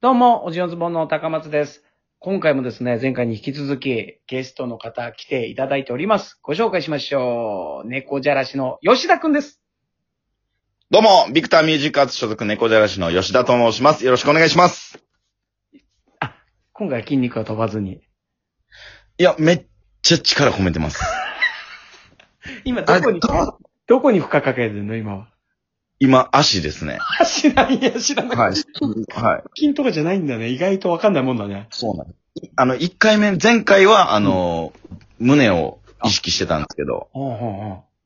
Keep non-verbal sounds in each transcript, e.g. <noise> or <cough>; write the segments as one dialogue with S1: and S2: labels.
S1: どうも、おじよずぼんの高松です。今回もですね、前回に引き続きゲストの方来ていただいております。ご紹介しましょう。猫じゃらしの吉田くんです。
S2: どうも、ビクターミュージックアーツ所属猫じゃらしの吉田と申します。よろしくお願いします。
S1: 今回は筋肉は飛ばずに。
S2: いや、めっちゃ力込めてます。
S1: 今どこに
S2: あど、
S1: どこに負荷かけてるの今は。
S2: 今、足ですね。
S1: あ知ら <laughs> んや、知らない。
S2: <laughs> はい。はい。
S1: 腹筋とかじゃないんだね。意外とわかんないもんだね。
S2: そうなんです。あの、一回目、前回は、あの、胸を意識してたんですけど、
S1: うんうんうん。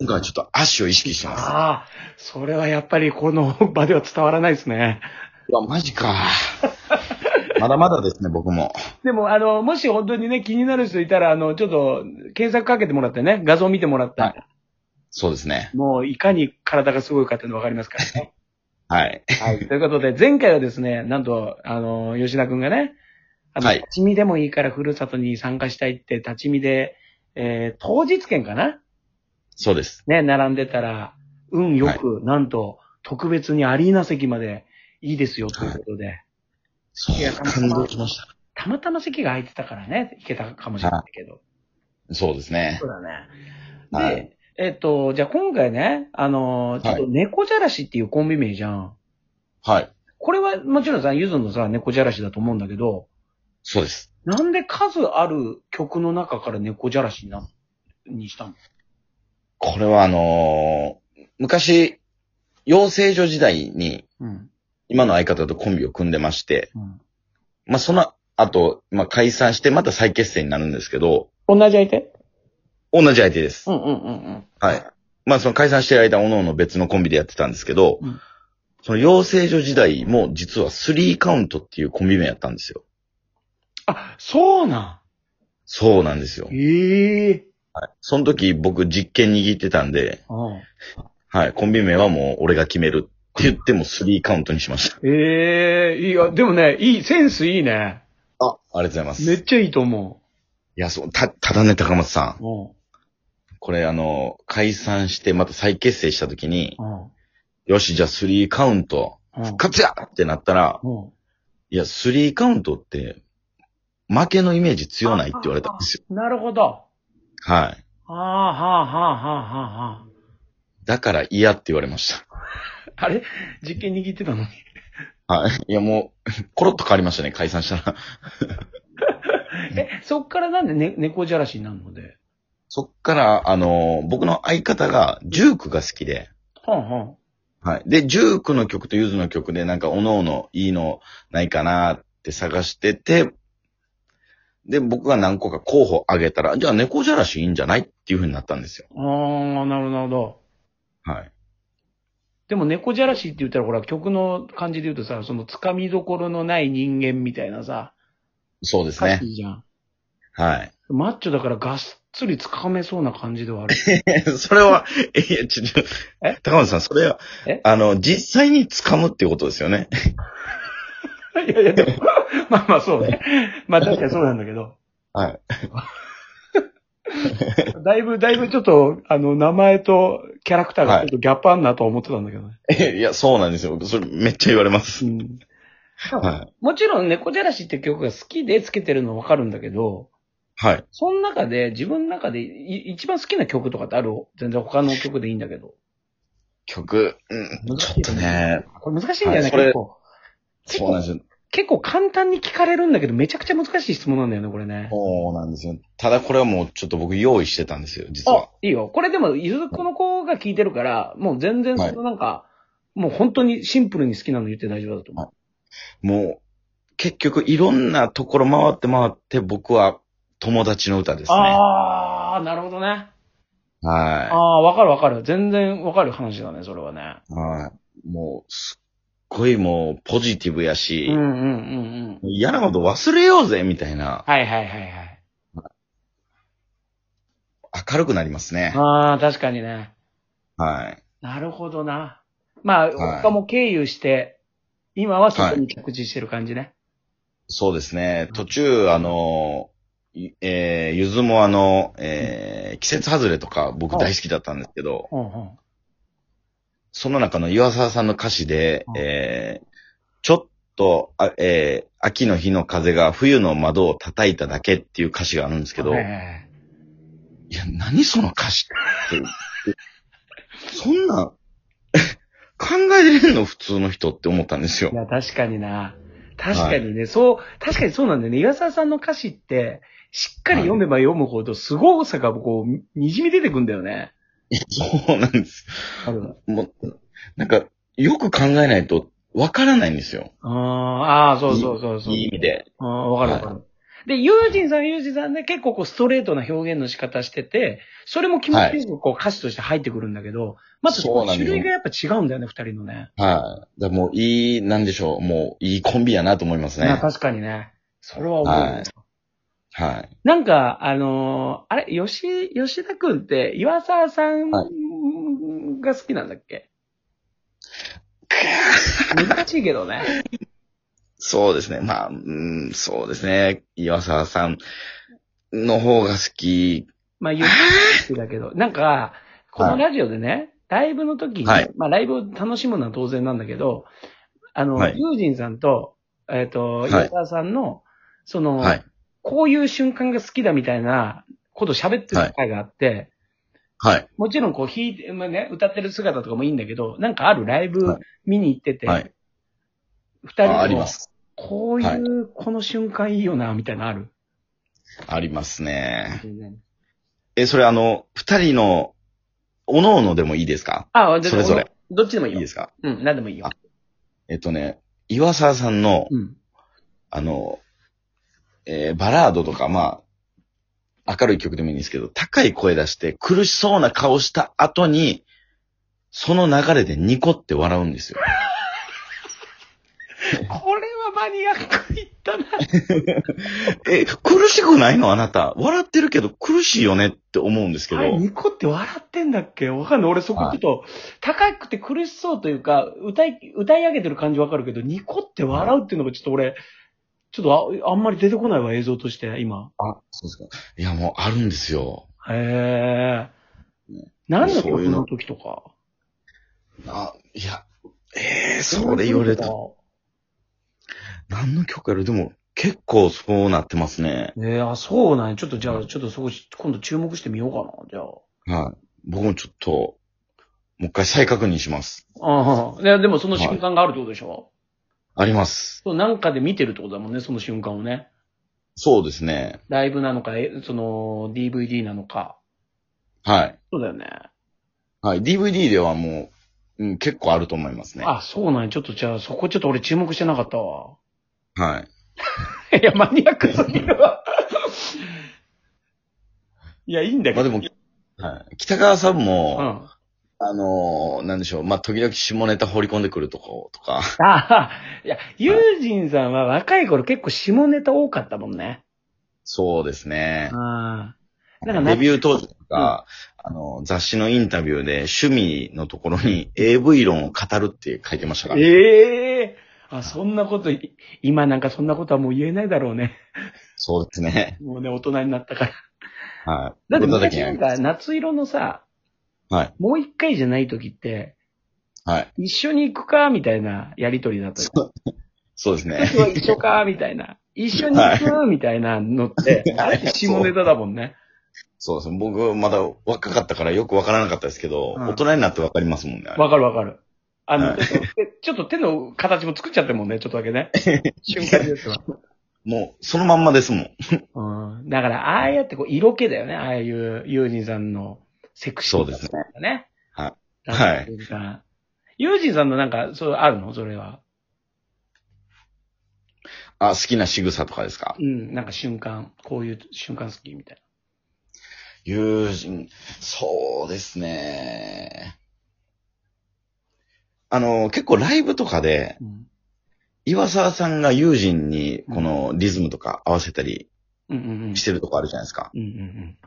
S2: 今回はちょっと足を意識してます。
S1: ああ、それはやっぱりこの <laughs> 場では伝わらないですね。
S2: いや、マジか。まだまだですね、僕も。
S1: でも、あの、もし本当にね、気になる人いたら、あの、ちょっと、検索かけてもらってね、画像見てもらったら、
S2: はそうですね。
S1: もういかに体がすごいかっていうの分かりますからね。
S2: <laughs> はい。
S1: はい。ということで、前回はですね、なんと、あの、吉田くんがね、あの、
S2: はい
S1: 立ち見でもいいからふるさとに参加したいって、立ち見で、えー、当日券かな
S2: そうです。
S1: ね、並んでたら、運よく、なんと、特別にアリーナ席までいいですよ、ということで。
S2: そう
S1: いや、
S2: 感動しました
S1: またま席が空いてたからね、行けたかもしれないけど。
S2: た。そうですね
S1: そ。うだね。で、
S2: はい
S1: えっと、じゃあ今回ね、あのー、ちょっと猫じゃらしっていうコンビ名じゃん。
S2: はい。
S1: これはもちろんさ、ゆずのさ、猫じゃらしだと思うんだけど、
S2: そうです。
S1: なんで数ある曲の中から猫じゃらしにな、にしたの
S2: これはあのー昔、養成所時代に、
S1: うん。
S2: 今の相方とコンビを組んでまして、
S1: うん。
S2: まあ、その後、まあ、解散して、また再結成になるんですけど、
S1: 同じ相手
S2: 同じ相手です。
S1: うんうんうん
S2: はい。まあ、その解散してる間、おのの別のコンビでやってたんですけど、
S1: うん
S2: その養成所時代も、実はスリーカウントっていうコンビ名やったんですよ。
S1: あ、そうな
S2: そうなんですよ
S1: ん。。ええ
S2: その時、僕、実験握ってたんで、
S1: うん。
S2: はい、コンビ名はもう、俺が決めるって言っても、スリーカウントにしました。
S1: ええいや、でもね、いい、センスいいね。
S2: あ、ありがとうございます。
S1: め
S2: い
S1: っちゃいいと思
S2: や、そう、た、ただね、高松さん。
S1: う。
S2: これ、あの、解散して、また再結成した時に
S1: う、ん。うん。
S2: よし、じゃあスリーカウント、
S1: うん。
S2: 勝つやってなったら、
S1: うん。
S2: いや、スリーカウントって、負けのイメージ強ないって言われたんですよ。
S1: なるほど。
S2: はい。
S1: ああ、はあ、はあ、はあ、はあ、はあ。
S2: だから嫌って言われまし
S1: あれ実験握ってたのに。
S2: た。はい。いや、もう、 <laughs> コロッと変わりましたね、解散したら。 <laughs>
S1: え、そっからなんで、ね、猫じゃらしになるので。
S2: そっから、あのー僕の相方が、ジュークが好きで、
S1: はんはん。
S2: はい。で、ジュークの曲とユズの曲で、なんか、おのおのいいのないかなって探してて、で、僕が何個か候補あげたら、じゃあ猫じゃらしいいんじゃないっていう風になったんですよ。
S1: ああ、なるほど。
S2: はい。
S1: でも猫じゃらしって言ったら、ほら、曲の感じで言うとさ、その掴みどころのない人間みたいなさ、
S2: そうです
S1: 歌
S2: ね。
S1: 詞じゃん。
S2: はい。
S1: マッチョだからがっつり掴めそうな感じで
S2: <laughs>
S1: はある。
S2: <laughs> それは、いや、ちょ、ちょ
S1: え、
S2: 高野さん、それは
S1: え、
S2: あの、実際に掴むっていうことですよね。
S1: いやいや、でも、 <laughs> まあまあそう
S2: <laughs>
S1: ね。まあ確かにそうなんだけど。
S2: はい。
S1: だいぶ、だいぶちょっと、あの、名前とキャラクターがちょっとギャップあんなとは思ってたんだけどね。
S2: <laughs> いや、そうなんですよ。それ、めっちゃ言われます。
S1: うん。
S2: は
S1: もちろん、猫じゃらしって曲が好きでつけてるのわかるんだけど、
S2: い。はい。
S1: その中で、自分の中でい一番好きな曲とかってある全然他の曲でいいんだけど。
S2: 曲、うん、ちょっとね、
S1: これ難しいんだよね、
S2: はいそれ
S1: 結構。結
S2: そうなん
S1: 構
S2: ですよ。
S1: 結構簡単に聞かれるんだけど、めちゃくちゃ難しい質問なんだよね、これね。
S2: そうなんですよ。ただこれはもう、ちょっと僕用意してたんですよ、実
S1: あ
S2: は。、
S1: いいよ。これでも、ゆずこの子が聞いてるから、もう全然そのなんか、もう本当にシンプルに好きなの言って大丈夫だと思う。
S2: もう、結局、いろんなところ回って回って、僕は、友達の歌ですね。
S1: ああ、なるほどね。あ
S2: は
S1: あ、わかるわかる。全然わかる話だね、それはね。
S2: い。はい。もう、すっごいもう、ポジティブやし、
S1: うんうんうんうん。
S2: 嫌なこと忘れようぜ、みたいな、
S1: はいはいはいはい。
S2: 明るくなりますね。
S1: ああ、確かにね。
S2: はい。
S1: なるほどな。まあ、
S2: はい
S1: 他も経由して、今はそこに着地してる感じね。
S2: そうですね。途中、あの、いえー、ゆずもあの、えー、季節外れとか僕大好きだったんですけど、
S1: うんうん。
S2: その中の岩沢さんの歌詞で
S1: う、ん
S2: えー、ちょっと、あえー秋の日の風が冬の窓を叩いただけっていう歌詞があるんですけど、
S1: はい
S2: い、
S1: はい
S2: や、何その歌詞って。 <laughs> そんな、考えれるの普通の人って思ったんですよ
S1: い。や、確かにな。確かにね、そう、確かにそうなんだよね。岩沢さんの歌詞って、しっかり読めば読むほど、凄さがこう、にじみ出てくんだよね。
S2: そうなんです。
S1: ある
S2: もう、なんか、よく考えないとわからないんですよ。
S1: あーあー、そうそうそうそう。
S2: いい意味で。
S1: ああ、わかるわかる。で、ユージンさん、ユージンさんで結構こうストレートな表現の仕方してて、それも気持ちよくこう歌詞として入ってくるんだけど、まず
S2: そうなんで
S1: 種
S2: すよ
S1: 類がやっぱ違うんだよね、二人のね。
S2: はい。だからもういい、なんでしょう。もういいコンビやなと思います
S1: まあ
S2: ね。
S1: 確かにね。それは思う。
S2: はいはい。
S1: なんか、あのーあれ、吉、吉田くんって岩沢さん
S2: は
S1: が好きなんだっけ、難しいけどね。
S2: そうですね。まあ、うん、そうですね。岩沢さんの方が好き。
S1: まあ、言う好きだけど、なんか、このラジオでね、ライブの時に、
S2: はい
S1: まあ、ライブを楽しむのは当然なんだけど、あの、
S2: はい
S1: ユージンさんと、えっ、と、
S2: はい
S1: 岩沢さんの、その、
S2: はい。
S1: こういう瞬間が好きだみたいなことを喋ってる回があって、
S2: はい。
S1: もちろんこう弾いて、まあね、歌ってる姿とかもいいんだけど、なんかあるライブ
S2: はい
S1: 見に行ってて、二、
S2: はい。
S1: 人
S2: ああり
S1: の
S2: ます。
S1: こういう、
S2: はい
S1: この瞬間いいよな、みたいなのある。
S2: ありますね。え、それあの、二人の、おのおのでもいいですか
S1: あ、で
S2: それぞれ。
S1: どっちでもいい
S2: いい
S1: よ。
S2: ですか
S1: うん、何でもいいよ
S2: あ。えっとね、岩沢さんの、
S1: うん。
S2: あの、えーバラードとか、まあ、明るい曲でもいいんですけど、高い声出して苦しそうな顔した後に、その流れでニコって笑うんですよ。
S1: これはマニアックいったな。
S2: え、苦しくないのあなた。笑ってるけど苦しいよねって思うんですけど。
S1: あれ、ニコって笑ってんだっけわかんない。俺そこちょっと、高くて苦しそうというか、歌い、歌い上げてる感じわかるけど、ニコって笑うっていうのがちょっと俺、ちょっとああんまり出てこないわ、映像として、今。
S2: あ、そうですか。いや、もうあるんですよ。
S1: へえ。何の
S2: そう
S1: 曲
S2: いうの
S1: の時とか。
S2: あ、いや、ええそれ言われた
S1: ね
S2: ら。何の曲やるでも、結構そうなってますね。
S1: えあ、そうなんや。ちょっとじゃあ、ちょっとそこ、今度注目してみようかな、じゃあ。
S2: はい。僕もちょっと、もう一回再確認します。
S1: ああ、ねでもその瞬間があるってことでしょ、
S2: あります。
S1: そうなんかで見てるってことだもんね、その瞬間をね。
S2: そうですね。
S1: ライブなのか、えその、DVD なのか。
S2: はい。
S1: そうだよね。
S2: はい。DVD ではもう、うん、結構あると思いますね。は
S1: あ、そうなんや。ちょっとじゃあ、そこちょっと俺注目してなかったわ。 <laughs>
S2: い。
S1: いや、マニアックすぎる
S2: <laughs>
S1: わ。いや、いいんだ
S2: まあ
S1: けど。
S2: でも、はい、北川さんも、
S1: うん。あ
S2: あのーなんでしょう。まあ、時々下ネタ放り込んでくるとことか。 <laughs>
S1: あ、いや、ユージンさんは若い頃結構下ネタ多かったもんね。
S2: そうですね。
S1: ああ。なんか
S2: デビュー当時とか、あの、雑誌のインタビューで趣味のところに AV 論を語るって書いてましたから。
S1: ええあ、そんなことい、今なんかそんなことはもう言えないだろうね。
S2: そうですね。
S1: もうね、大人になったから。
S2: はい。
S1: だって
S2: 僕の
S1: 昔
S2: 時に
S1: な
S2: あり
S1: ん
S2: ま
S1: か
S2: す
S1: 夏色のさ、
S2: はい。
S1: もう一回じゃない時って、
S2: はい。
S1: 一緒に行くかみたいなやりとりだったじゃん。
S2: そうですね。
S1: 今日は一緒かみた
S2: <laughs>
S1: いな。一緒に行くみたいなのって、あれ下ネタだもんね。
S2: そうですね。僕、まだ若かったからよくわからなかったですけど、
S1: うん
S2: 大人になってわかりますもんね。あれ
S1: わかるわかる。あの、
S2: はい
S1: ちょっと手ちょっと手の形も作っちゃってるもんね、ちょっとだけ
S2: <laughs>
S1: ね。瞬間ですわ。
S2: もう、そのまんまですもん。
S1: うん。だから、ああやってこう、色気だよね。ああいう、ユージンさんのセクシーさとかね。
S2: は
S1: なん
S2: は
S1: ていうか。ユージンさんのなんか、そう、あるのそれは。
S2: あ、好きな仕草とかですか
S1: うん。なんか瞬間、こういう瞬間好きみたい
S2: 友人、そうですね。あの、結構ライブとかで、
S1: な。うん。
S2: 岩沢さんが友人にこのリズムとか合わせたり
S1: うんうんうん。
S2: してるとこあるじゃないですか。
S1: うんうん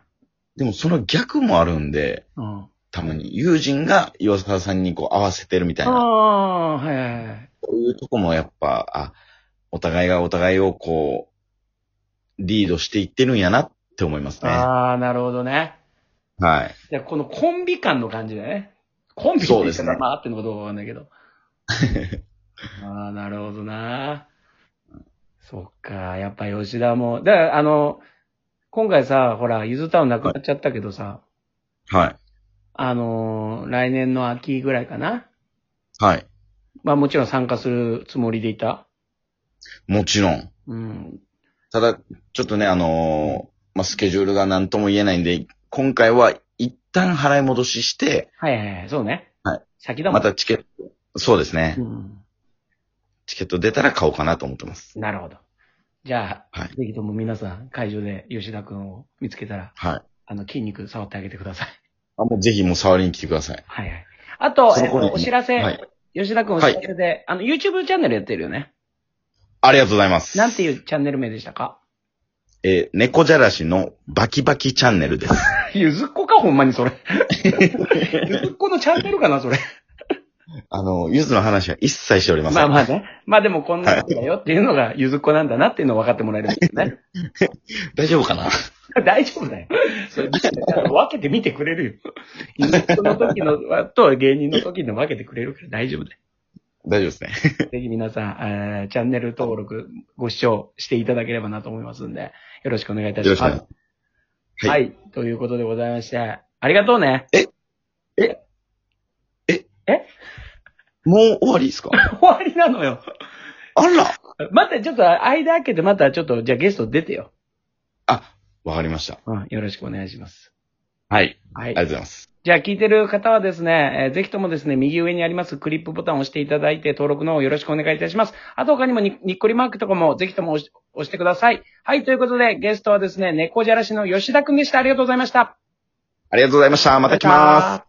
S2: でもその逆もあるんで、
S1: うん。うん。
S2: たまに友人が岩沢さんにこう合わせてるみたい
S1: あ
S2: な、
S1: あ、はいはいはい。
S2: そういうとこもやっぱ、あ、お互いがお互いをこう、リードしていってるんやなって思いますね。は
S1: ああ、なるほどね。
S2: い。 <laughs>
S1: じゃあこのコンビ感の感じだよね。コンビって
S2: そう
S1: 言
S2: で
S1: っ
S2: す
S1: た
S2: ね
S1: ら、まあ、あってんのかどうかわかんないけど。ああ、なるほどな。そっか、やっぱ吉田も。だから、あの、今回さ、ほら、ゆずタウンなくなっちゃったけどさ、
S2: はい。
S1: あのー来年の秋ぐらいかな。
S2: はい。
S1: まあもちろん参加するつもりでいた。
S2: もちろん。
S1: うん。
S2: ただ、ちょっとね、あのーまあ、スケジュールが何とも言えないんで、今回は一旦払い戻しして、
S1: はいはいはい、そうね。
S2: はい。
S1: 先だもん。
S2: またチケット、そうですね
S1: う。ん。
S2: チケット出たら買おうかなと思ってます。
S1: なるほど。じゃあ、
S2: はい
S1: ぜひとも皆さん、会場で吉田くんを見つけたら、
S2: はい。
S1: あの、筋肉触ってあげてください。
S2: あ、もうぜひもう触りに来てください。
S1: はいはい。あと、
S2: そ
S1: え
S2: の
S1: っ
S2: 頃に
S1: と、お知らせ。
S2: はい。
S1: 吉田くんお知らせで、あの、YouTube チャンネルやってるよね。
S2: ありがとうございます。
S1: なんていうチャンネル名でしたか
S2: えー猫じゃらしのバキバキチャンネルです。
S1: <laughs> ゆずっこか、ほんまに <laughs> それ。ゆずっこのチャンネルかな、それ。
S2: あの、ゆずの話は一切しておりませ
S1: <laughs> まあ
S2: ん。
S1: まあね。まあでもこんなことだよっていうのがゆずっこなんだなっていうのを分かってもらえるんですね。
S2: 大丈夫かな
S1: 大丈夫だよ。それ、分けてみてくれるよ。ゆずっこの時のと芸人の時の分けてくれるから大丈夫だよ。
S2: 大丈夫ですね。
S1: ぜひ皆さん、えーチャンネル登録、ご視聴していただければなと思いますんで、よろしくお願いいたし
S2: よ
S1: ま
S2: ろ
S1: す。
S2: しくお願いします
S1: は。
S2: はい
S1: ということでございまして、ありがとうね。
S2: もう終わりですか
S1: 終わりなのよ。
S2: あら
S1: またちょっと間開けてまたちょっと、じゃあゲスト出てよ。
S2: あ、わかりました。
S1: うん、よろしくお願いします。
S2: はい。
S1: は
S2: あ
S1: い
S2: りがとう。ございます。
S1: じゃあ聞いてる方はですね、えーぜひともですね、右上にありますクリップボタンを押していただいて登録の方よろしくお願いいたします。あと他にもににっこりマークとかもぜひとも押し押してください。はい、ということでゲストはですね、猫じゃらしの吉田くんでした。ありがとうございました。
S2: ありがとうございました。また来ます。